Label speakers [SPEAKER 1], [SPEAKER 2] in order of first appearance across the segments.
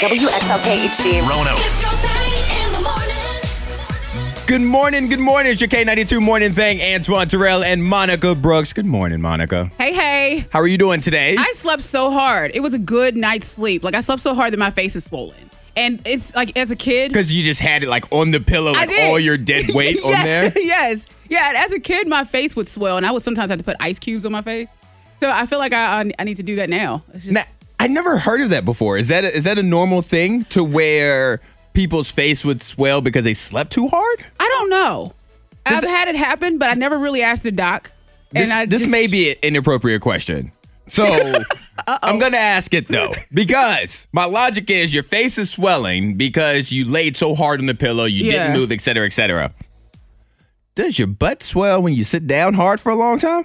[SPEAKER 1] WXLK HD.
[SPEAKER 2] Rono.
[SPEAKER 3] It's your thing in the morning.
[SPEAKER 4] Good morning, good morning. It's your K92 morning thing. Antoine Terrell and Monica Brooks. Good morning, Monica.
[SPEAKER 5] Hey, hey.
[SPEAKER 4] How are you doing today?
[SPEAKER 5] I slept so hard. It was a good night's sleep. Like I slept so hard that my face is swollen. And it's like as a kid,
[SPEAKER 4] Because you just had it like on the pillow,
[SPEAKER 5] I
[SPEAKER 4] like
[SPEAKER 5] did.
[SPEAKER 4] all your dead weight
[SPEAKER 5] Yeah,
[SPEAKER 4] on there.
[SPEAKER 5] Yes. Yeah, and as a kid my face would swell and I would sometimes have to put ice cubes on my face. So I feel like I I- I need to do that now. It's just-
[SPEAKER 4] Now, I never heard of that before. Is that a, is that a normal thing to where people's face would swell because they slept too hard?
[SPEAKER 5] I don't know. I've had it happen, but I never really asked the doc.
[SPEAKER 4] This,
[SPEAKER 5] and I
[SPEAKER 4] this
[SPEAKER 5] just-
[SPEAKER 4] may be an inappropriate question. So I'm going to ask it though, because my logic is your face is swelling because you laid so hard on the pillow, you
[SPEAKER 5] Yeah.
[SPEAKER 4] didn't move, et cetera, et cetera. Does your butt swell when you sit down hard for a long time?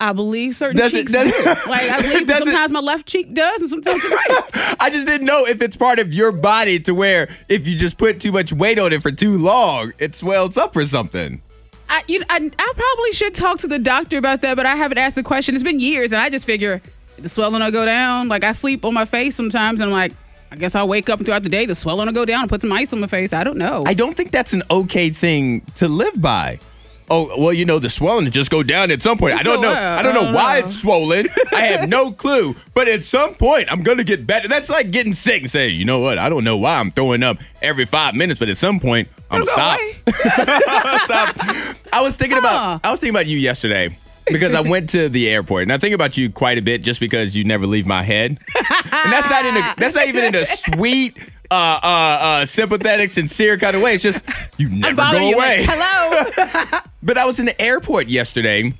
[SPEAKER 5] I believe certain
[SPEAKER 4] Does it-
[SPEAKER 5] cheeks.
[SPEAKER 4] does
[SPEAKER 5] do.
[SPEAKER 4] it-
[SPEAKER 5] like I believe
[SPEAKER 4] does it-
[SPEAKER 5] sometimes my left cheek does and sometimes the right.
[SPEAKER 4] I just didn't know if it's part of your body to where if you just put too much weight on it for too long, it swells up or something.
[SPEAKER 5] I, you, I, I probably should talk to the doctor about that, but I haven't asked the question. It's been years, and I just figure the swelling will go down. Like I sleep on my face sometimes, and I'm like, I guess I'll wake up throughout the day. The swelling will go down and put some ice on my face. I don't know.
[SPEAKER 4] I don't think that's an okay thing to live by. Oh well, you know the swelling to just go down at some point. I don't
[SPEAKER 5] So,
[SPEAKER 4] know.
[SPEAKER 5] uh,
[SPEAKER 4] I don't know
[SPEAKER 5] I
[SPEAKER 4] why
[SPEAKER 5] don't
[SPEAKER 4] it's swollen. I have no clue. But at some point, I'm gonna get better. That's like getting sick and say, you know what? I don't know why I'm throwing up every five minutes, but at some point, I'm
[SPEAKER 5] It'll
[SPEAKER 4] gonna
[SPEAKER 5] go
[SPEAKER 4] stop.
[SPEAKER 5] away.
[SPEAKER 4] I was thinking
[SPEAKER 5] Huh.
[SPEAKER 4] about I was thinking about you yesterday because I went to the airport and I think about you quite a bit just because you never leave my head. And that's not in a that's not even in a sweet uh, uh, uh, sympathetic, sincere kind of way. It's just you never
[SPEAKER 5] bothering
[SPEAKER 4] go
[SPEAKER 5] you,
[SPEAKER 4] away.
[SPEAKER 5] like, Hello.
[SPEAKER 4] But I was in the airport yesterday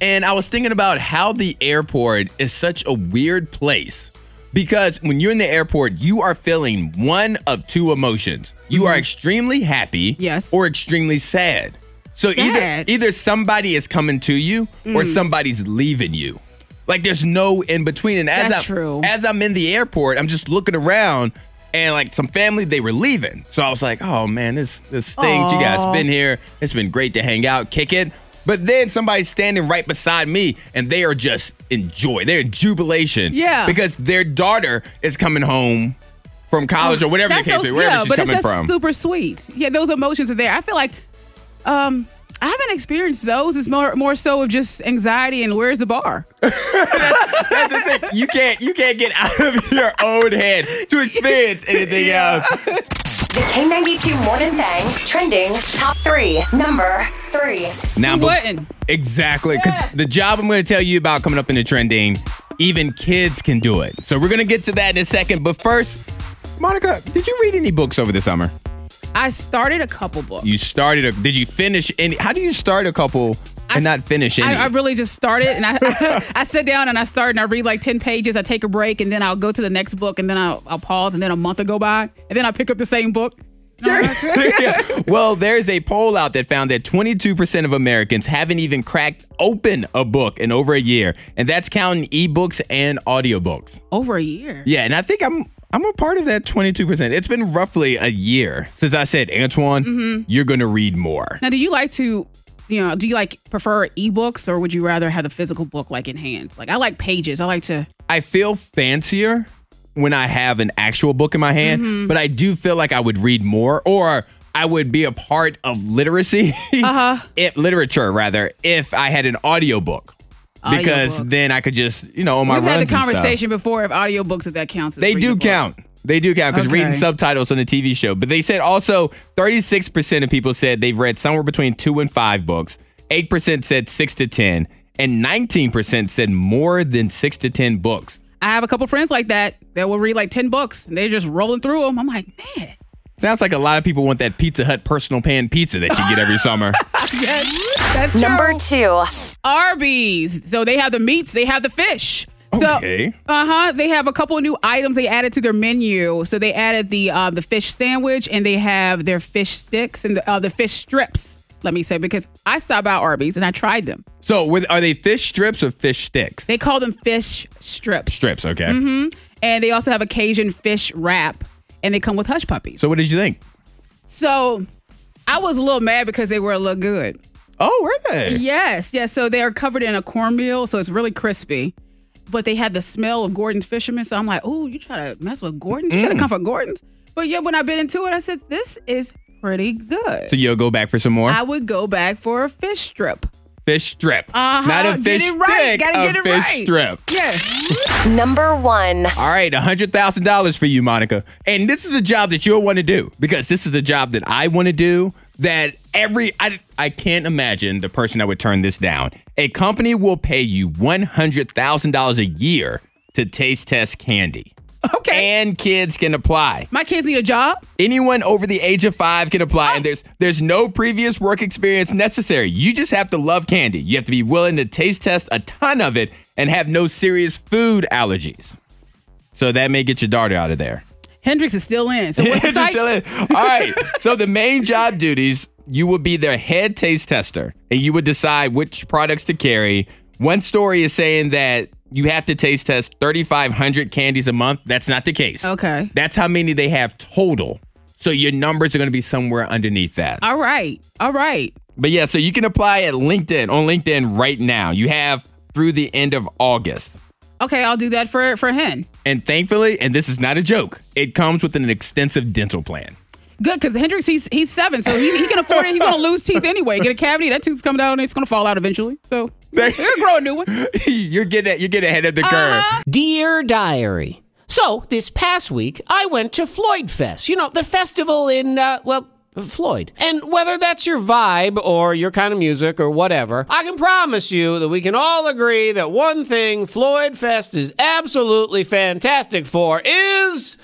[SPEAKER 4] and I was thinking about how the airport is such a weird place because when you're in the airport, you are feeling one of two emotions. You are extremely happy
[SPEAKER 5] Mm-hmm. Yes.
[SPEAKER 4] or extremely sad. So
[SPEAKER 5] Sad? Mm.
[SPEAKER 4] either either somebody is coming to you or somebody's leaving you. Like there's no in between. And as
[SPEAKER 5] That's
[SPEAKER 4] I,
[SPEAKER 5] true.
[SPEAKER 4] as I'm in the airport, I'm just looking around and like some family they were leaving. So I was like, oh man, this this stinks. You guys
[SPEAKER 5] Aw.
[SPEAKER 4] been here. It's been great to hang out, kick it. But then somebody's standing right beside me and they are just in joy. They're in jubilation.
[SPEAKER 5] Yeah.
[SPEAKER 4] Because their daughter is coming home from college or whatever
[SPEAKER 5] Oh, That's
[SPEAKER 4] the case
[SPEAKER 5] so
[SPEAKER 4] is, wherever
[SPEAKER 5] yeah,
[SPEAKER 4] she's
[SPEAKER 5] but
[SPEAKER 4] coming
[SPEAKER 5] it's just
[SPEAKER 4] from.
[SPEAKER 5] super sweet. Yeah, those emotions are there. I feel like um, I haven't experienced those. It's more more so of just anxiety and where's the bar?
[SPEAKER 4] That's the thing. You can't you can't get out of your own head to experience anything else.
[SPEAKER 1] The K92 morning thing. Trending top three. Number three.
[SPEAKER 4] Now,
[SPEAKER 5] Who
[SPEAKER 4] bef-
[SPEAKER 5] wouldn't?
[SPEAKER 4] exactly because
[SPEAKER 5] Yeah.
[SPEAKER 4] the job I'm going to tell you about coming up in the trending, even kids can do it. So we're going to get to that in a second. But first, Monica, did you read any books over the summer?
[SPEAKER 5] I started a couple books.
[SPEAKER 4] You started a. Did you finish any? How do you start a couple and
[SPEAKER 5] s-
[SPEAKER 4] not finish any?
[SPEAKER 5] I, I really just started and I, I, sit down and I start and I read like 10 pages. I take a break and then I'll go to the next book and then I'll, I'll pause and then a month will go by and then I pick up the same book.
[SPEAKER 4] Yeah. Well, there's a poll out that found that 22% of Americans haven't even cracked open a book in over a year, and that's counting ebooks and audiobooks.
[SPEAKER 5] Over a year.
[SPEAKER 4] Yeah, and I think I'm I'm a part of that 22%. It's been roughly a year since I said, Antoine,
[SPEAKER 5] Mm-hmm.
[SPEAKER 4] you're going to read more.
[SPEAKER 5] Now, do you like to, you know, do you like prefer ebooks or would you rather have the physical book like in hands? Like I like pages. I like to,
[SPEAKER 4] I feel fancier when I have an actual book in my hand,
[SPEAKER 5] Mm-hmm.
[SPEAKER 4] but I do feel like I would read more or I would be a part of literacy, uh-huh. if, literature rather, if I had an audiobook. Because
[SPEAKER 5] Audiobook.
[SPEAKER 4] then I could just, you know, on my
[SPEAKER 5] we've had the
[SPEAKER 4] runs and stuff.
[SPEAKER 5] conversation before of audiobooks if that counts. as
[SPEAKER 4] They
[SPEAKER 5] read
[SPEAKER 4] do
[SPEAKER 5] the book.
[SPEAKER 4] count. They do count because
[SPEAKER 5] Okay.
[SPEAKER 4] reading subtitles on a TV show. But they said also 36% of people said they've read somewhere between two and five books. 8% said six to 10. And 19% said more than six to 10 books.
[SPEAKER 5] I have a couple friends like that that will read like 10 books and they're just rolling through them. I'm like, man.
[SPEAKER 4] Sounds like a lot of people want that Pizza Hut personal pan pizza that you get every summer.
[SPEAKER 5] Yes, that's
[SPEAKER 1] Number
[SPEAKER 5] true.
[SPEAKER 1] two.
[SPEAKER 5] Arby's. So they have the meats, they have the fish.
[SPEAKER 4] Okay.
[SPEAKER 5] So, uh huh. They have a couple of new items they added to their menu. So they added the uh, the fish sandwich, and they have their fish sticks and the, uh, the fish strips. Let me say because I stopped by Arby's and I tried them.
[SPEAKER 4] so, with are they fish strips or fish sticks?
[SPEAKER 5] They call them fish Mm-hmm. strips.
[SPEAKER 4] Strips, okay.
[SPEAKER 5] And they also have a Cajun fish wrap, and they come with hush puppies.
[SPEAKER 4] So, what did you think?
[SPEAKER 5] So I was a little mad because they were a little good.
[SPEAKER 4] Oh, were they?
[SPEAKER 5] Yes, yes. So they are covered in a cornmeal, so it's really crispy. but they had the smell of Gordon's fishermen. So I'm like, oh, you try to mess with Gordon? You
[SPEAKER 4] Mm.
[SPEAKER 5] try to come for Gordon's? But yeah, when I bit into it, I said, this is pretty good.
[SPEAKER 4] So you'll go back for some more
[SPEAKER 5] I would go back for a fish strip.
[SPEAKER 4] fish strip,
[SPEAKER 5] Uh-huh.
[SPEAKER 4] not a fish
[SPEAKER 5] Get it right.
[SPEAKER 4] stick,
[SPEAKER 5] Gotta
[SPEAKER 4] a
[SPEAKER 5] get it
[SPEAKER 4] fish
[SPEAKER 5] right.
[SPEAKER 4] strip.
[SPEAKER 5] Yeah.
[SPEAKER 1] Number one.
[SPEAKER 4] All right, $100,000 for you, Monica. And this is a job that you'll want to do because this is a job that I want to do that every I, I can't imagine the person that would turn this down. A company will pay you $100,000 a year to taste test candy.
[SPEAKER 5] Okay.
[SPEAKER 4] And kids can apply.
[SPEAKER 5] My kids need a job.
[SPEAKER 4] Anyone over the age of 5 can apply and there's there's no previous work experience necessary. You just have to love candy. You have to be willing to taste test a ton of it and have no serious food allergies. So that may get your daughter out of there.
[SPEAKER 5] Hendrix is still in. So what's the
[SPEAKER 4] It's just
[SPEAKER 5] site?
[SPEAKER 4] still in. All right. So the main job duties, you would be their head taste tester and you would decide which products to carry. One story is saying that you have to taste test 3500 candies a month. That's not the case.
[SPEAKER 5] Okay.
[SPEAKER 4] That's how many they have total. So your numbers are going to be somewhere underneath that.
[SPEAKER 5] All right. All right.
[SPEAKER 4] But yeah, so you can apply at LinkedIn on LinkedIn right now. You have through the end of August.
[SPEAKER 5] Okay, I'll do that for for Hen.
[SPEAKER 4] And thankfully, and this is not a joke, it comes with an extensive dental plan.
[SPEAKER 5] Good, because Hendrix he's he's seven, so he, he can afford it. He's gonna lose teeth anyway. Get a cavity, that tooth's coming out, and it's gonna fall out eventually. So he'll grow a new one.
[SPEAKER 4] you're getting you're getting ahead of the curve.
[SPEAKER 5] Uh-huh.
[SPEAKER 2] Dear Diary. So, this past week, I went to Floyd Fest. You know, the festival in, uh, well, Floyd. And whether that's your vibe or your kind of music or whatever, I can promise you that we can all agree that one thing Floyd Fest is absolutely fantastic for is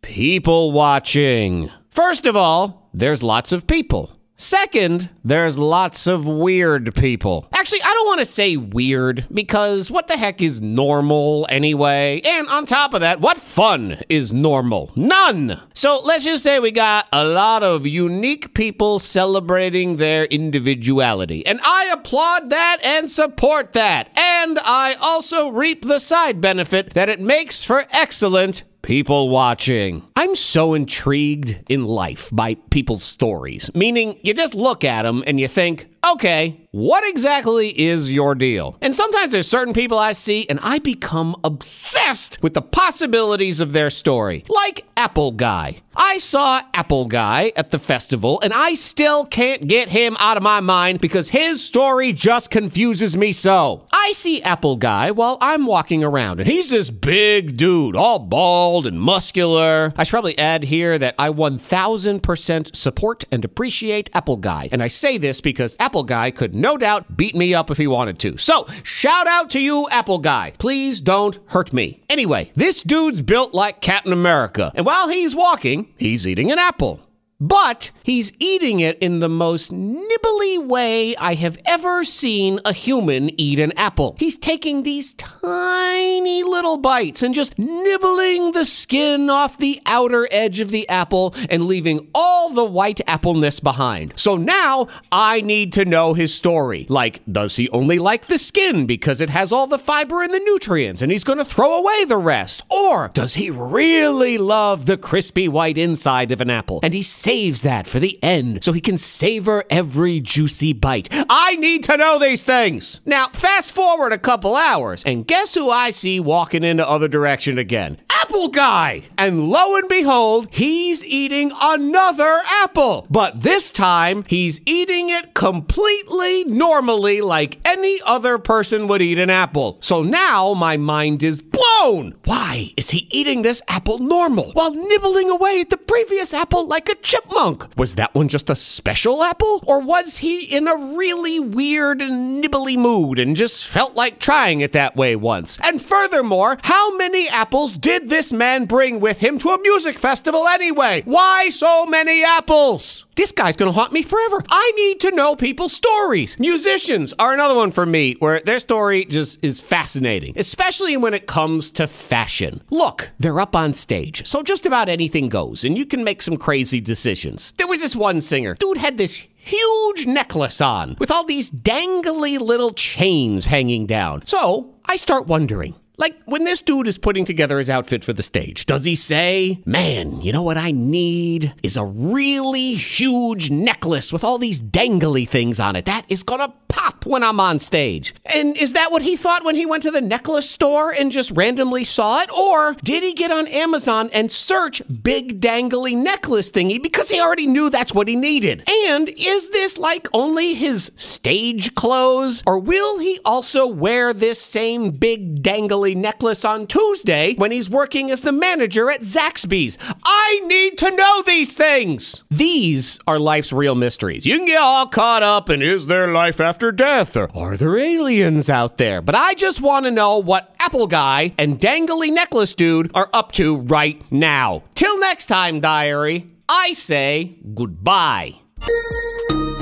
[SPEAKER 2] people watching. First of all, there's lots of people. Second, there's lots of weird people. Actually, I don't want to say weird because what the heck is normal anyway? And on top of that, what fun is normal? None! So let's just say we got a lot of unique people celebrating their individuality. And I applaud that and support that. And I also reap the side benefit that it makes for excellent People watching. I'm so intrigued in life by people's stories, meaning you just look at them and you think, okay, what exactly is your deal? And sometimes there's certain people I see and I become obsessed with the possibilities of their story, like Apple Guy. I saw Apple Guy at the festival and I still can't get him out of my mind because his story just confuses me so. I see Apple Guy while I'm walking around and he's this big dude, all bald and muscular. I should probably add here that I 1000% support and appreciate Apple Guy. And I say this because Apple Guy could no doubt beat me up if he wanted to. So, shout out to you, Apple Guy. Please don't hurt me. Anyway, this dude's built like Captain America. And while he's walking, he's eating an apple. But he's eating it in the most nibbly way I have ever seen a human eat an apple. He's taking these tiny little bites and just nibbling the skin off the outer edge of the apple and leaving all the white appleness behind. So now I need to know his story. Like, does he only like the skin because it has all the fiber and the nutrients and he's going to throw away the rest? Or does he really love the crispy white inside of an apple and he saves that for the end so he can savor every juicy bite? I need to know these things. Now, fast forward a couple hours and guess who I see walking in the other direction again? Apple guy. And lo and behold, he's eating another apple. But this time, he's eating it completely normally, like any other person would eat an apple. So now my mind is blown. Why is he eating this apple normal while nibbling away at the previous apple like a chipmunk? Was that one just a special apple? Or was he in a really weird and nibbly mood and just felt like trying it that way once? And furthermore, how many apples did this man bring with him to a music festival anyway? Why so many apples? This guy's gonna haunt me forever. I need to know people's stories. Musicians are another one for me where their story just is fascinating, especially when it comes to fashion. Look, they're up on stage, so just about anything goes, and you can make some crazy decisions. There was this one singer, dude had this huge necklace on with all these dangly little chains hanging down. So I start wondering. Like, when this dude is putting together his outfit for the stage, does he say, Man, you know what I need is a really huge necklace with all these dangly things on it. That is gonna pop. up when I'm on stage. And is that what he thought when he went to the necklace store and just randomly saw it? Or did he get on Amazon and search big dangly necklace thingy because he already knew that's what he needed? And is this like only his stage clothes? Or will he also wear this same big dangly necklace on Tuesday when he's working as the manager at Zaxby's? I need to know these things. These are life's real mysteries. You can get all caught up in is there life after death or are there aliens out there? But I just want to know what Apple Guy and Dangly Necklace Dude are up to right now. Till next time, diary, I say goodbye.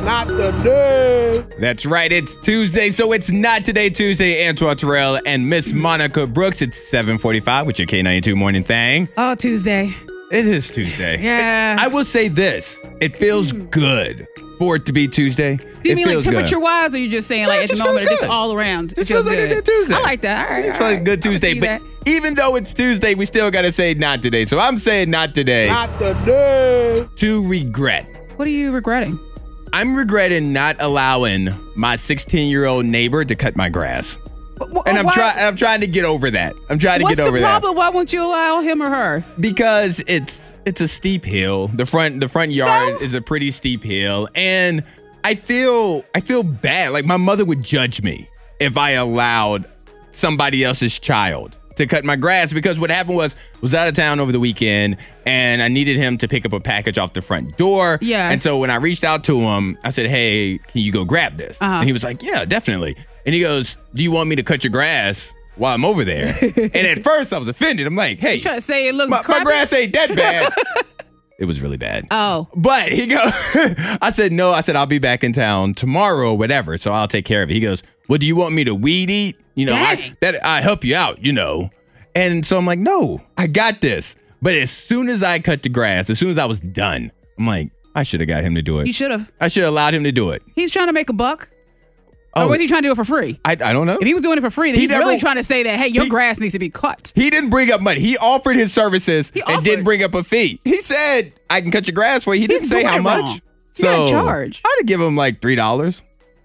[SPEAKER 2] Not the day.
[SPEAKER 4] That's right. It's Tuesday, so it's not today Tuesday. Antoine Terrell and Miss Monica Brooks. It's 7:45 with your K92 morning thing.
[SPEAKER 5] Oh, Tuesday.
[SPEAKER 4] It is Tuesday.
[SPEAKER 5] Yeah. Hmm.
[SPEAKER 4] I will say this. It feels good for it to be Tuesday.
[SPEAKER 5] Do you
[SPEAKER 4] it
[SPEAKER 5] mean like
[SPEAKER 4] feels
[SPEAKER 5] temperature wise, or you just saying like
[SPEAKER 4] it
[SPEAKER 5] at the
[SPEAKER 4] just
[SPEAKER 5] moment,
[SPEAKER 4] feels
[SPEAKER 5] it's just
[SPEAKER 4] good.
[SPEAKER 5] all around?
[SPEAKER 4] It feels like a good Tuesday.
[SPEAKER 5] I like that. All right.
[SPEAKER 4] It's
[SPEAKER 5] all
[SPEAKER 4] like a
[SPEAKER 5] right.
[SPEAKER 4] good
[SPEAKER 5] I can
[SPEAKER 4] Tuesday,
[SPEAKER 5] see
[SPEAKER 4] but
[SPEAKER 5] that.
[SPEAKER 4] even though it's Tuesday, we still gotta say not today. So I'm saying not today.
[SPEAKER 2] Not the day.
[SPEAKER 4] to regret.
[SPEAKER 5] what are you regretting?
[SPEAKER 4] I'm regretting not allowing my 16 year old neighbor to cut my grass. And I'm trying. I'm trying to get over that. I'm trying to
[SPEAKER 5] Oh, What's
[SPEAKER 4] get over
[SPEAKER 5] the
[SPEAKER 4] that
[SPEAKER 5] problem? Why won't you allow him or her?
[SPEAKER 4] because it's it's a steep hill. The front the front yard is a pretty steep hill, and I feel I feel bad. Like my mother would judge me if I allowed somebody else's child to cut my grass because what happened was I was out of town over the weekend and I needed him to pick up a package off the front door.
[SPEAKER 5] Yeah.
[SPEAKER 4] And so when I reached out to him, I said, "Hey, can you go grab this?"
[SPEAKER 5] Uh-huh.
[SPEAKER 4] And he was like, "Yeah, definitely." And he goes, "Do you want me to cut your grass?" While I'm over there, and at first I was offended. I'm like, "Hey,
[SPEAKER 5] You trying to say it looks
[SPEAKER 4] my, my
[SPEAKER 5] crappy?
[SPEAKER 4] grass ain't that bad. it was really bad.
[SPEAKER 5] Oh,
[SPEAKER 4] but he go, I said no. I said I'll be back in town tomorrow, or whatever. So I'll take care of it. He goes, well, do you want me to weed eat? You know, I,
[SPEAKER 5] Dang.
[SPEAKER 4] that I help you out. You know, and so I'm like, no, I got this. But as soon as I cut the grass, as soon as I was done, I'm like, I should have got him to do
[SPEAKER 5] you
[SPEAKER 4] it.
[SPEAKER 5] should have.
[SPEAKER 4] I should have allowed him to do it.
[SPEAKER 5] He's trying to make a buck.
[SPEAKER 4] Oh.
[SPEAKER 5] Or was he trying to do it for free?
[SPEAKER 4] I, I don't know.
[SPEAKER 5] If he was doing it for free, then
[SPEAKER 4] He
[SPEAKER 5] he's
[SPEAKER 4] never-
[SPEAKER 5] really trying to say that, hey, your
[SPEAKER 4] He-
[SPEAKER 5] grass needs to be cut.
[SPEAKER 4] He didn't bring up money. He offered his services
[SPEAKER 5] He
[SPEAKER 4] and didn't
[SPEAKER 5] offered.
[SPEAKER 4] bring up a fee. He said, I can cut your grass for you. He didn't
[SPEAKER 5] He's
[SPEAKER 4] say
[SPEAKER 5] doing
[SPEAKER 4] how
[SPEAKER 5] it
[SPEAKER 4] much.
[SPEAKER 5] wrong. You're not in charge.
[SPEAKER 4] I'd have given him like three dollars.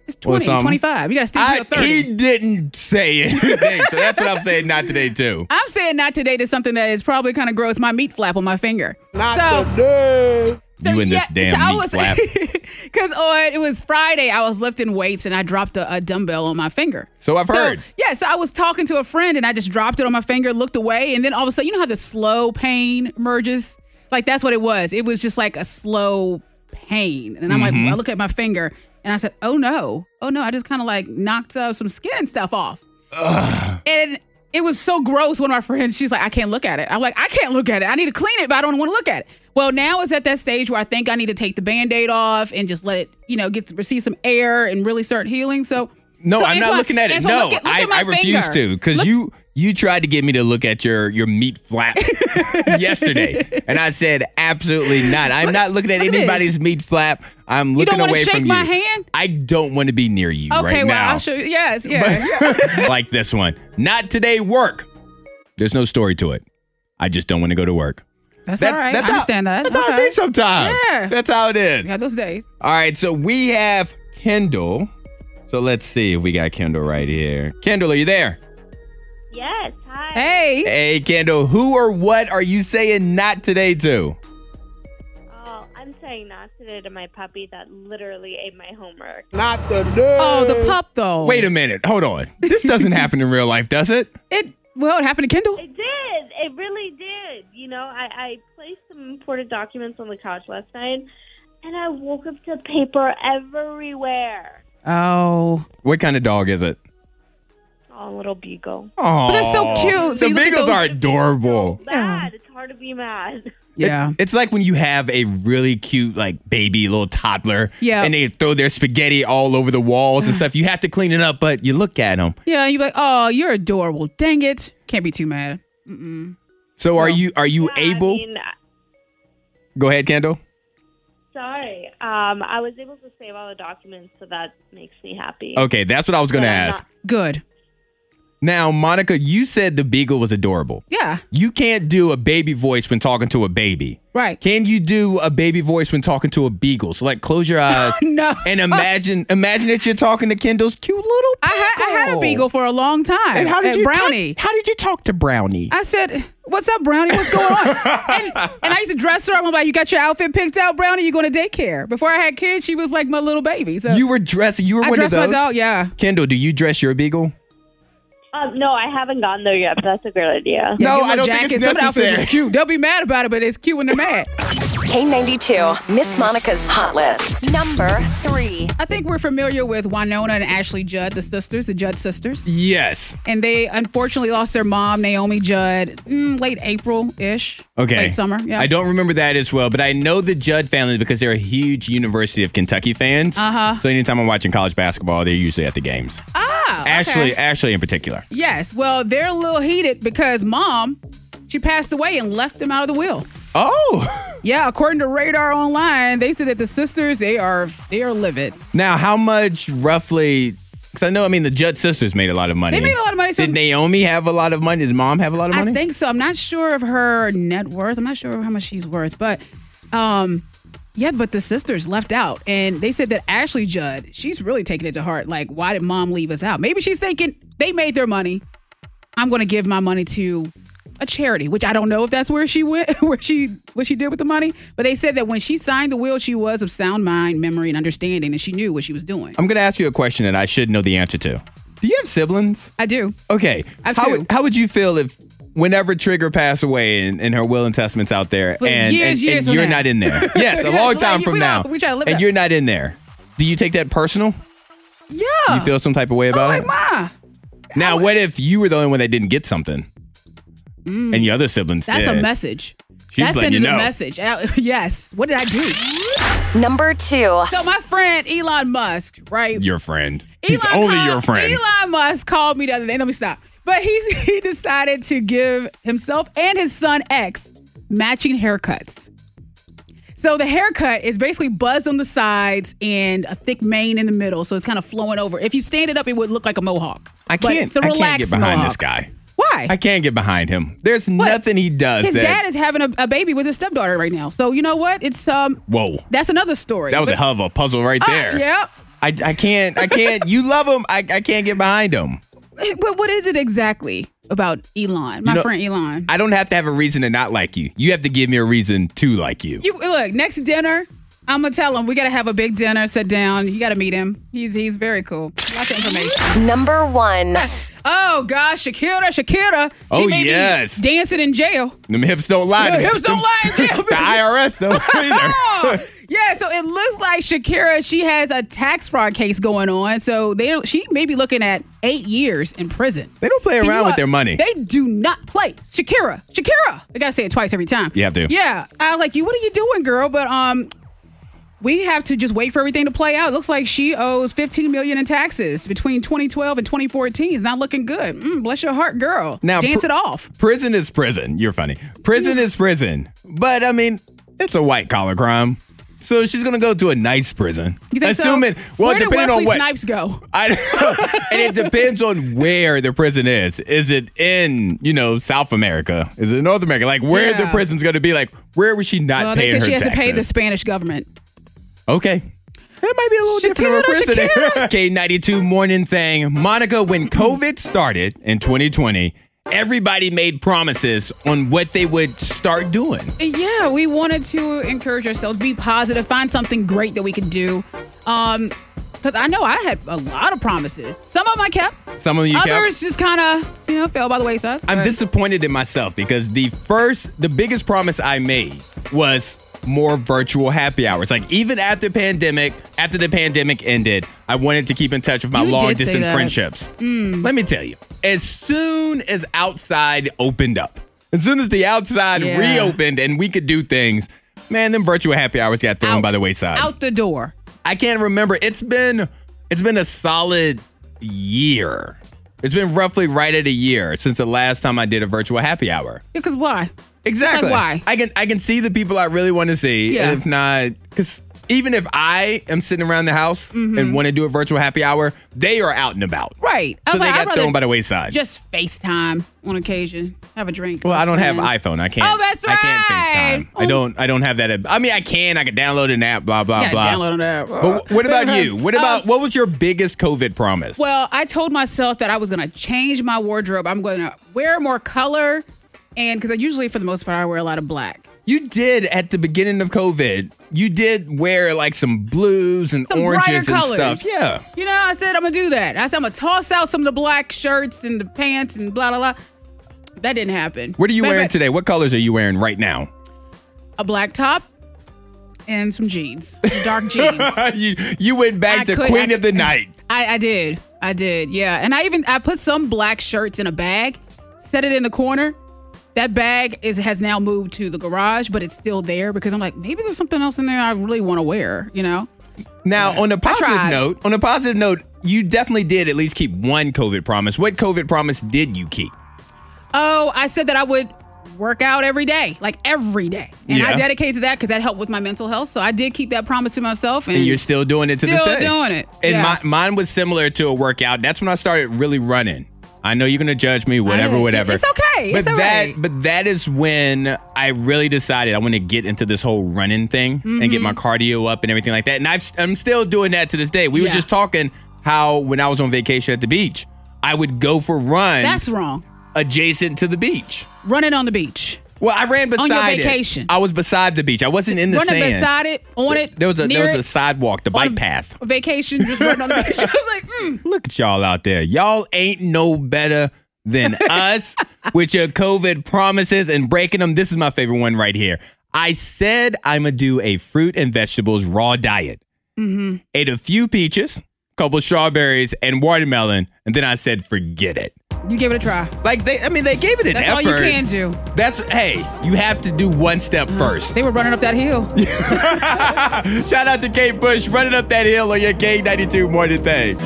[SPEAKER 5] It's
[SPEAKER 4] Well,
[SPEAKER 5] 20,
[SPEAKER 4] some-
[SPEAKER 5] 25. You got to stick to your 30.
[SPEAKER 4] He didn't say anything. so that's what I'm saying not today too.
[SPEAKER 5] I'm saying not today to something that is probably kind of gross. My meat flap on my finger. Not so,
[SPEAKER 4] You and this damn meat flap.
[SPEAKER 5] Because on it was Friday, I was lifting weights and I dropped a, a dumbbell on my finger.
[SPEAKER 4] So I've heard.
[SPEAKER 5] Yeah, so I was talking to a friend and I just dropped it on my finger, looked away, and then all of a sudden, you know how the slow pain emerges? Like that's what it was. It was just like a slow pain, and I'm
[SPEAKER 4] Mm-hmm.
[SPEAKER 5] like, I look at my finger and I said, "Oh no, oh no!" I just kind of like knocked uh, some skin and stuff off, and. It was so gross. One of my friends, she's like, I can't look at it. I'm like, I can't look at it. I need to clean it, but I don't want to look at it. Well, now it's at that stage where I think I need to take the band aid off and just let it, you know, get receive some air and really start healing. So,
[SPEAKER 4] No,
[SPEAKER 5] so
[SPEAKER 4] I'm
[SPEAKER 5] Antoine-
[SPEAKER 4] not looking at it.
[SPEAKER 5] Antoine,
[SPEAKER 4] no,
[SPEAKER 5] look at- look
[SPEAKER 4] I,
[SPEAKER 5] at my
[SPEAKER 4] I refuse
[SPEAKER 5] finger.
[SPEAKER 4] to because you you tried to get me to look at your your meat flap yesterday, and I said absolutely not. I'm not looking at
[SPEAKER 5] look at this.
[SPEAKER 4] anybody's meat flap. I'm
[SPEAKER 5] don't
[SPEAKER 4] looking
[SPEAKER 5] wanna
[SPEAKER 4] away
[SPEAKER 5] shake
[SPEAKER 4] from
[SPEAKER 5] my
[SPEAKER 4] you.
[SPEAKER 5] hand?
[SPEAKER 4] I don't want to be near you
[SPEAKER 5] Okay,
[SPEAKER 4] right
[SPEAKER 5] well,
[SPEAKER 4] now.
[SPEAKER 5] I'll show you. Yes, yeah.
[SPEAKER 4] like this one. Not today, work. There's no story to it. I just don't want to go to work.
[SPEAKER 5] That's
[SPEAKER 4] That-
[SPEAKER 5] all right.
[SPEAKER 4] That's
[SPEAKER 5] I understand
[SPEAKER 4] how,
[SPEAKER 5] that.
[SPEAKER 4] That's
[SPEAKER 5] okay.
[SPEAKER 4] how it is sometimes.
[SPEAKER 5] Yeah.
[SPEAKER 4] That's how it is.
[SPEAKER 5] Yeah, those days.
[SPEAKER 4] All right, so we have Kendall. So let's see if we got Kendall right here. Kendall, are you there?
[SPEAKER 6] Yes. Hi.
[SPEAKER 5] Hey.
[SPEAKER 4] Hey, Kendall, who or what are you saying not today to?
[SPEAKER 6] Oh, I'm saying not today to my puppy that literally ate my homework.
[SPEAKER 2] Not the day.
[SPEAKER 5] Oh, the pup though.
[SPEAKER 4] Wait a minute. Hold on. This doesn't happen in real life, does it?
[SPEAKER 5] It well, it happened to Kendall.
[SPEAKER 6] It did. It really did. You know, I, I placed some important documents on the couch last night, and I woke up to paper everywhere.
[SPEAKER 5] Oh.
[SPEAKER 4] What kind of dog is it?
[SPEAKER 6] Oh, little beagle.
[SPEAKER 4] Oh,
[SPEAKER 5] it's so cute. So
[SPEAKER 4] The
[SPEAKER 5] you look at
[SPEAKER 4] beagles
[SPEAKER 5] those-
[SPEAKER 4] are adorable.
[SPEAKER 6] Bad. It's hard to be mad.
[SPEAKER 5] Yeah.
[SPEAKER 4] It's like when you have a really cute, like baby little toddler,
[SPEAKER 5] Yeah.
[SPEAKER 4] and they throw their spaghetti all over the walls and stuff. You have to clean it up, but you look at them.
[SPEAKER 5] yeah, and you're like, oh, you're adorable. Dang it. Can't be too mad.
[SPEAKER 4] So are you are you
[SPEAKER 6] Yeah, I
[SPEAKER 4] able?
[SPEAKER 6] mean,
[SPEAKER 4] Go ahead, Kendall.
[SPEAKER 6] sorry. Um, I was able to save all the documents, so that makes me happy.
[SPEAKER 4] Okay, that's what I was gonna
[SPEAKER 6] But I'm
[SPEAKER 4] ask.
[SPEAKER 6] not-
[SPEAKER 5] Good.
[SPEAKER 4] Now, Monica, you said the beagle was adorable.
[SPEAKER 5] Yeah.
[SPEAKER 4] You can't do a baby voice when talking to a baby.
[SPEAKER 5] Right.
[SPEAKER 4] Can you do a baby voice when talking to a beagle? So like close your eyes
[SPEAKER 5] Oh, No.
[SPEAKER 4] and imagine imagine that you're talking to Kendall's cute little
[SPEAKER 5] I,
[SPEAKER 4] beagle.
[SPEAKER 5] ha- I had a beagle for a long time.
[SPEAKER 4] And how did
[SPEAKER 5] at
[SPEAKER 4] you talk-
[SPEAKER 5] Brownie?
[SPEAKER 4] how did you talk to Brownie?
[SPEAKER 5] I said, "What's up, Brownie? What's going on?" and, and I used to dress her up. I'm like, "You got your outfit picked out, Brownie? You going to daycare?" Before I had kids, she was like my little baby. So
[SPEAKER 4] you were dressing you were
[SPEAKER 5] uh, I
[SPEAKER 4] one of
[SPEAKER 5] dressed my
[SPEAKER 4] those.
[SPEAKER 5] dog. Yeah.
[SPEAKER 4] Kendall, do you dress your beagle?
[SPEAKER 6] Um, no, I haven't gotten there yet, but that's a great idea.
[SPEAKER 4] No,
[SPEAKER 5] Give her
[SPEAKER 4] I don't think it's
[SPEAKER 5] Some of the outfits
[SPEAKER 4] necessary.
[SPEAKER 5] are cute. They'll be mad about it, but it's cute when they're mad.
[SPEAKER 1] K92, Miss Monica's Hot List. Number three.
[SPEAKER 5] I think we're familiar with Winona and Ashley Judd, the sisters, the Judd sisters.
[SPEAKER 4] Yes.
[SPEAKER 5] and they unfortunately lost their mom, Naomi Judd, mm, late April ish.
[SPEAKER 4] Okay.
[SPEAKER 5] Late summer. Yeah.
[SPEAKER 4] I don't remember that as well, but I know the Judd family because they're huge University of Kentucky fans. Uh-huh. So anytime I'm watching college basketball, they're usually at the games.
[SPEAKER 5] Ah, okay.
[SPEAKER 4] Ashley, Ashley in particular.
[SPEAKER 5] Yes. Well, they're a little heated because mom, she passed away and left them out of the will.
[SPEAKER 4] Oh.
[SPEAKER 5] Yeah, according to Radar Online, they said that the sisters they are they are livid.
[SPEAKER 4] Now, how much roughly? Because I know, I mean, the Judd sisters made a lot of money.
[SPEAKER 5] They made a lot of money, so-
[SPEAKER 4] Did Naomi have a lot of money? Did mom have a lot of money?
[SPEAKER 5] I think so. I'm not sure of her net worth. I'm not sure how much she's worth, but um yeah, but the sisters left out and they said that Ashley Judd, she's really taking it to heart. Like, why did mom leave us out? Maybe she's thinking they made their money. I'm gonna give my money to a charity, which I don't know if that's where she went, where she what she did with the money. But they said that when she signed the will, she was of sound mind, memory, and understanding, and she knew what she was doing.
[SPEAKER 4] I'm going to ask you a question that I should know the answer to. Do you have siblings?
[SPEAKER 5] I do.
[SPEAKER 4] Okay.
[SPEAKER 5] I have
[SPEAKER 4] how,
[SPEAKER 5] two.
[SPEAKER 4] would- how would you feel if whenever Trigger passed away and, and her will and testaments out there
[SPEAKER 5] Well,
[SPEAKER 4] and,
[SPEAKER 5] years,
[SPEAKER 4] and,
[SPEAKER 5] years
[SPEAKER 4] and
[SPEAKER 5] from
[SPEAKER 4] you're
[SPEAKER 5] now.
[SPEAKER 4] not in there? Yes, a
[SPEAKER 5] Yeah,
[SPEAKER 4] long
[SPEAKER 5] it's like
[SPEAKER 4] time
[SPEAKER 5] you-
[SPEAKER 4] from
[SPEAKER 5] we
[SPEAKER 4] now.
[SPEAKER 5] all- we try to live it
[SPEAKER 4] and
[SPEAKER 5] up.
[SPEAKER 4] you're not in there. Do you take that personal?
[SPEAKER 5] Yeah.
[SPEAKER 4] You feel some type of way
[SPEAKER 5] I'm
[SPEAKER 4] about
[SPEAKER 5] Oh, like,
[SPEAKER 4] it?
[SPEAKER 5] Ma,
[SPEAKER 4] now, what if you were the only one that didn't get something? And your other siblings
[SPEAKER 5] Mm. that's
[SPEAKER 4] did?
[SPEAKER 5] a message.
[SPEAKER 4] She's
[SPEAKER 5] that's
[SPEAKER 4] letting you
[SPEAKER 5] sending
[SPEAKER 4] know.
[SPEAKER 5] a message. Uh, yes. What did I do?
[SPEAKER 1] Number two.
[SPEAKER 5] So my friend Elon Musk, right?
[SPEAKER 4] Your friend.
[SPEAKER 5] Elon
[SPEAKER 4] He's only
[SPEAKER 5] called-
[SPEAKER 4] your friend.
[SPEAKER 5] Elon Musk called me the other day. Let me stop. But he's he decided to give himself and his son X matching haircuts. So the haircut is basically buzzed on the sides and a thick mane in the middle, so it's kind of flowing over. If you stand it up, it would look like a mohawk.
[SPEAKER 4] I
[SPEAKER 5] But
[SPEAKER 4] can't,
[SPEAKER 5] it's a
[SPEAKER 4] I can't
[SPEAKER 5] relaxed
[SPEAKER 4] get behind
[SPEAKER 5] mohawk.
[SPEAKER 4] this guy.
[SPEAKER 5] Why?
[SPEAKER 4] I can't get behind him. There's
[SPEAKER 5] What?
[SPEAKER 4] nothing he does.
[SPEAKER 5] His
[SPEAKER 4] that-
[SPEAKER 5] dad is having a, a baby with his stepdaughter right now. So you know what? It's um.
[SPEAKER 4] Whoa.
[SPEAKER 5] That's another story.
[SPEAKER 4] That was a
[SPEAKER 5] But-
[SPEAKER 4] hell of a puzzle right
[SPEAKER 5] Uh,
[SPEAKER 4] there.
[SPEAKER 5] yep.
[SPEAKER 4] I, I can't, I can't. you love him. I, I can't get behind him.
[SPEAKER 5] But what is it exactly about Elon, my
[SPEAKER 4] know-
[SPEAKER 5] friend Elon?
[SPEAKER 4] I don't have to have a reason to not like you. You have to give me a reason to like you.
[SPEAKER 5] you look next dinner. I'm gonna tell him we gotta have a big dinner. Sit down. You gotta meet him. He's he's very cool. Lots of information.
[SPEAKER 1] Number one.
[SPEAKER 5] Oh gosh, Shakira, Shakira. She
[SPEAKER 4] Oh,
[SPEAKER 5] may be
[SPEAKER 4] yes.
[SPEAKER 5] dancing in jail.
[SPEAKER 4] Them hips don't lie.
[SPEAKER 5] Yeah,
[SPEAKER 4] to me.
[SPEAKER 5] hips don't lie in jail,
[SPEAKER 4] The
[SPEAKER 5] baby.
[SPEAKER 4] IRS don't either.
[SPEAKER 5] Yeah, so it looks like Shakira she has a tax fraud case going on. So they don't, she may be looking at eight years in prison.
[SPEAKER 4] They don't play
[SPEAKER 5] Can
[SPEAKER 4] around
[SPEAKER 5] you,
[SPEAKER 4] with
[SPEAKER 5] uh,
[SPEAKER 4] their money.
[SPEAKER 5] They do not play. Shakira, Shakira. I gotta say it twice every time.
[SPEAKER 4] You have to.
[SPEAKER 5] Yeah, I like you. What are you doing, girl? But um, we have to just wait for everything to play out. looks like she owes 15 million in taxes between 2012 and 2014. It's not looking good. Mm, bless your heart, girl.
[SPEAKER 4] Now,
[SPEAKER 5] dance
[SPEAKER 4] pr-
[SPEAKER 5] it off.
[SPEAKER 4] prison is prison. You're funny. Prison is prison. But I mean, it's a white collar crime. So she's gonna go to a nice prison.
[SPEAKER 5] You think so?
[SPEAKER 4] Assuming, well,
[SPEAKER 5] Where did
[SPEAKER 4] depending
[SPEAKER 5] Wesley
[SPEAKER 4] on what.
[SPEAKER 5] Snipes go?
[SPEAKER 4] I, and it depends on where the prison is. Is it in, you know, South America? Is it in North America? Like where the
[SPEAKER 5] Yeah.
[SPEAKER 4] prison's going to be? Like where was she not
[SPEAKER 5] Well, Uh, they
[SPEAKER 4] paying
[SPEAKER 5] said
[SPEAKER 4] her
[SPEAKER 5] she has
[SPEAKER 4] taxes?
[SPEAKER 5] to pay the Spanish government.
[SPEAKER 4] okay. That might be a little different of a prison. K92 morning thing. Monica, when COVID started in 2020, everybody made promises on what they would start doing.
[SPEAKER 5] Yeah, we wanted to encourage ourselves, be positive, find something great that we could do. Um, because I know I had a lot of promises. Some of them I kept.
[SPEAKER 4] Some of you kept-
[SPEAKER 5] Others just kind of, you know, fell by the wayside.
[SPEAKER 4] I'm
[SPEAKER 5] But-
[SPEAKER 4] disappointed in myself because the first, the biggest promise I made was more virtual happy hours. Like even after pandemic, after the pandemic ended, I wanted to keep in touch with my
[SPEAKER 5] You
[SPEAKER 4] long
[SPEAKER 5] did say
[SPEAKER 4] distance
[SPEAKER 5] that. Hmm.
[SPEAKER 4] friendships. Let me tell you, as soon as outside opened up, as soon as the outside
[SPEAKER 5] Yeah.
[SPEAKER 4] reopened and we could do things, man, them virtual happy hours got thrown
[SPEAKER 5] Out.
[SPEAKER 4] by the wayside.
[SPEAKER 5] Out the door.
[SPEAKER 4] I can't remember. It's been it's been a solid year. It's been roughly right at a year since the last time I did a virtual happy hour.
[SPEAKER 5] Because why?
[SPEAKER 4] Exactly.
[SPEAKER 5] why?
[SPEAKER 4] I can I can see the people I really want to see.
[SPEAKER 5] Yeah.
[SPEAKER 4] If not, because even if I am sitting around the house
[SPEAKER 5] Mm-hmm.
[SPEAKER 4] and want to do a virtual happy hour, they are out and about.
[SPEAKER 5] Right. I
[SPEAKER 4] So
[SPEAKER 5] was
[SPEAKER 4] they
[SPEAKER 5] like, Oh, I'd
[SPEAKER 4] got
[SPEAKER 5] rather
[SPEAKER 4] thrown by the wayside.
[SPEAKER 5] Just FaceTime on occasion. Have a drink.
[SPEAKER 4] Well,
[SPEAKER 5] with
[SPEAKER 4] I don't have
[SPEAKER 5] friends.
[SPEAKER 4] iPhone. I can't.
[SPEAKER 5] Oh, that's
[SPEAKER 4] I can't
[SPEAKER 5] right. Oh.
[SPEAKER 4] FaceTime. I don't. I don't have that. ab- I mean, I can. I can download an app. Blah blah
[SPEAKER 5] Gotta
[SPEAKER 4] blah.
[SPEAKER 5] download that.
[SPEAKER 4] But wh- what about you? What about what was your biggest COVID promise?
[SPEAKER 5] uh, um, Well, I told myself that I was going to change my wardrobe. I'm going to wear more color, and because I usually, for the most part, I wear a lot of black.
[SPEAKER 4] you did at the beginning of COVID. You did wear like some blues and
[SPEAKER 5] Some brighter
[SPEAKER 4] oranges and
[SPEAKER 5] colors.
[SPEAKER 4] stuff. Yeah.
[SPEAKER 5] You know, I said I'm gonna do that. I said I'm gonna toss out some of the black shirts and the pants and blah blah blah. That didn't happen.
[SPEAKER 4] What are you
[SPEAKER 5] Matter of
[SPEAKER 4] wearing
[SPEAKER 5] fact,
[SPEAKER 4] today? What colors are you wearing right now?
[SPEAKER 5] A black top and some jeans, Some dark jeans.
[SPEAKER 4] you you went back
[SPEAKER 5] I
[SPEAKER 4] to
[SPEAKER 5] could-
[SPEAKER 4] queen
[SPEAKER 5] I-
[SPEAKER 4] of the night.
[SPEAKER 5] I, I did, I did, yeah. And I even I put some black shirts in a bag, set it in the corner. That bag is has now moved to the garage, but it's still there because I'm like maybe there's something else in there I really want to wear. You know,
[SPEAKER 4] Now, on a positive
[SPEAKER 5] tried.
[SPEAKER 4] note, on a positive note, you definitely did at least keep one COVID promise. What COVID promise did you keep?
[SPEAKER 5] Oh, I said that I would work out every day, like every day. And I
[SPEAKER 4] Yeah.
[SPEAKER 5] dedicated to that because that helped with my mental health. So I did keep that promise to myself. And,
[SPEAKER 4] and you're still doing it to this
[SPEAKER 5] Mm. Still
[SPEAKER 4] day.
[SPEAKER 5] doing it,
[SPEAKER 4] And
[SPEAKER 5] yeah.
[SPEAKER 4] my, mine was similar to a workout. That's when I started really running. I know you're gonna judge me, whatever,
[SPEAKER 5] I-
[SPEAKER 4] whatever.
[SPEAKER 5] it's okay.
[SPEAKER 4] But
[SPEAKER 5] It's all
[SPEAKER 4] that,
[SPEAKER 5] right.
[SPEAKER 4] but that is when I really decided I want to get into this whole running thing and get my
[SPEAKER 5] Mm-hmm.
[SPEAKER 4] cardio up and everything like that. And I've, I'm still doing that to this day. We were
[SPEAKER 5] Yeah.
[SPEAKER 4] just talking how when I was on vacation at the beach, I would go for runs
[SPEAKER 5] That's wrong.
[SPEAKER 4] adjacent to the beach.
[SPEAKER 5] Running on the beach.
[SPEAKER 4] Well, I ran beside
[SPEAKER 5] On your
[SPEAKER 4] it.
[SPEAKER 5] vacation.
[SPEAKER 4] I was beside the beach. I wasn't in the
[SPEAKER 5] running
[SPEAKER 4] sand.
[SPEAKER 5] beside it, on it.
[SPEAKER 4] there was a
[SPEAKER 5] near
[SPEAKER 4] there was
[SPEAKER 5] it,
[SPEAKER 4] a sidewalk, the bike
[SPEAKER 5] on a
[SPEAKER 4] path.
[SPEAKER 5] Vacation, just running on the beach. I was like, mm.
[SPEAKER 4] Look at y'all out there. Y'all ain't no better than us with your COVID promises and breaking them. This is my favorite one right here. I said I'm going to do a fruit and vegetables raw diet.
[SPEAKER 5] Mm-hmm.
[SPEAKER 4] Ate a few peaches, couple strawberries, and watermelon. And then I said, forget it.
[SPEAKER 5] you give it a try.
[SPEAKER 4] Like, they, I mean, they gave it an
[SPEAKER 5] That's all
[SPEAKER 4] effort.
[SPEAKER 5] you can do. Mm-hmm.
[SPEAKER 4] That's, hey, you have to do one step first.
[SPEAKER 5] They were running up that hill.
[SPEAKER 4] Shout out to Kate Bush running up that hill on your K92 morning thing.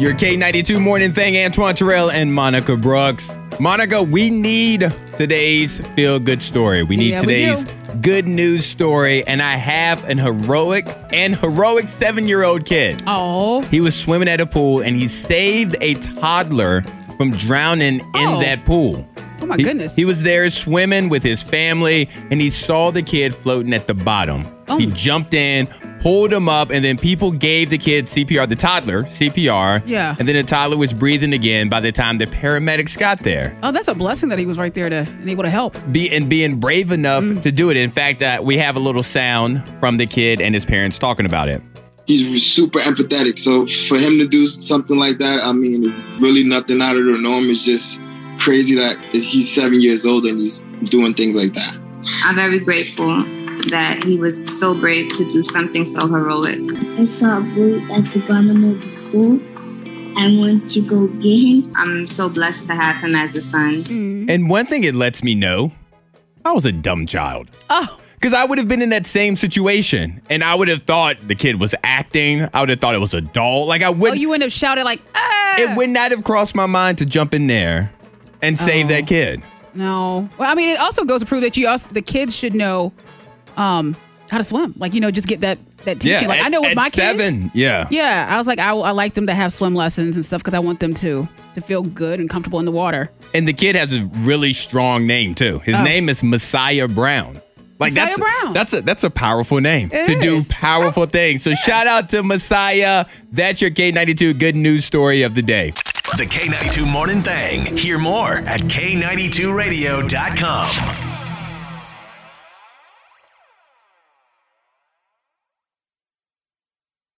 [SPEAKER 4] Your K92 morning thing, Antoine Terrell and Monica Brooks. Monica, we need today's feel good story. We need
[SPEAKER 5] Yeah, we
[SPEAKER 4] today's good news story. And I have an heroic and heroic seven year old kid.
[SPEAKER 5] Oh,
[SPEAKER 4] He was swimming at a pool and he saved a toddler from drowning in
[SPEAKER 5] Oh.
[SPEAKER 4] that pool.
[SPEAKER 5] oh my
[SPEAKER 4] He-
[SPEAKER 5] goodness.
[SPEAKER 4] He was there swimming with his family and he saw the kid floating at the bottom.
[SPEAKER 5] Oh.
[SPEAKER 4] He jumped in, pulled him up, and then people gave the kid CPR, the toddler, CPR.
[SPEAKER 5] Yeah.
[SPEAKER 4] And then the toddler was breathing again by the time the paramedics got there.
[SPEAKER 5] oh, that's a blessing that he was right there to and able to help.
[SPEAKER 4] Be, and being brave enough
[SPEAKER 5] Mm.
[SPEAKER 4] to do it. In fact, uh, we have a little sound from the kid and his parents talking about it.
[SPEAKER 7] he's super empathetic. So for him to do something like that, I mean, it's really nothing out of the norm. It's just crazy that he's seven years old and he's doing things like that.
[SPEAKER 8] I'm very grateful that he was so brave to do something so heroic.
[SPEAKER 9] I saw a boat at the bottom of the pool. I went to go get him.
[SPEAKER 8] I'm so blessed to have him as a son.
[SPEAKER 5] Mm-hmm.
[SPEAKER 4] And one thing it lets me know I was a dumb child.
[SPEAKER 5] Oh,
[SPEAKER 4] Because I would have been in that same situation and I would have thought the kid was acting. I would have thought it was a doll. Like, I
[SPEAKER 5] oh,
[SPEAKER 4] wouldn't.
[SPEAKER 5] you wouldn't have shouted like, ah.
[SPEAKER 4] it would not have crossed my mind to jump in there and save
[SPEAKER 5] Oh.
[SPEAKER 4] that kid.
[SPEAKER 5] No. Well, I mean, it also goes to prove that you also the kids should know um how to swim. Like you know, just get that that teaching. like
[SPEAKER 4] at-
[SPEAKER 5] I know with
[SPEAKER 4] at
[SPEAKER 5] my
[SPEAKER 4] seven.
[SPEAKER 5] kids.
[SPEAKER 4] Yeah.
[SPEAKER 5] Yeah, I was like, I, I like them to have swim lessons and stuff because I want them to to feel good and comfortable in the water.
[SPEAKER 4] And the kid has a really strong name too. His
[SPEAKER 5] Oh.
[SPEAKER 4] name is Messiah Brown. Like
[SPEAKER 5] Messiah
[SPEAKER 4] that's
[SPEAKER 5] Brown.
[SPEAKER 4] that's a that's a powerful name
[SPEAKER 5] It
[SPEAKER 4] to do
[SPEAKER 5] is. Oh,
[SPEAKER 4] powerful things. So shout out to Messiah. That's your K92 good news story of the day.
[SPEAKER 10] The K92 Morning Thing. Hear more at K92Radio.com.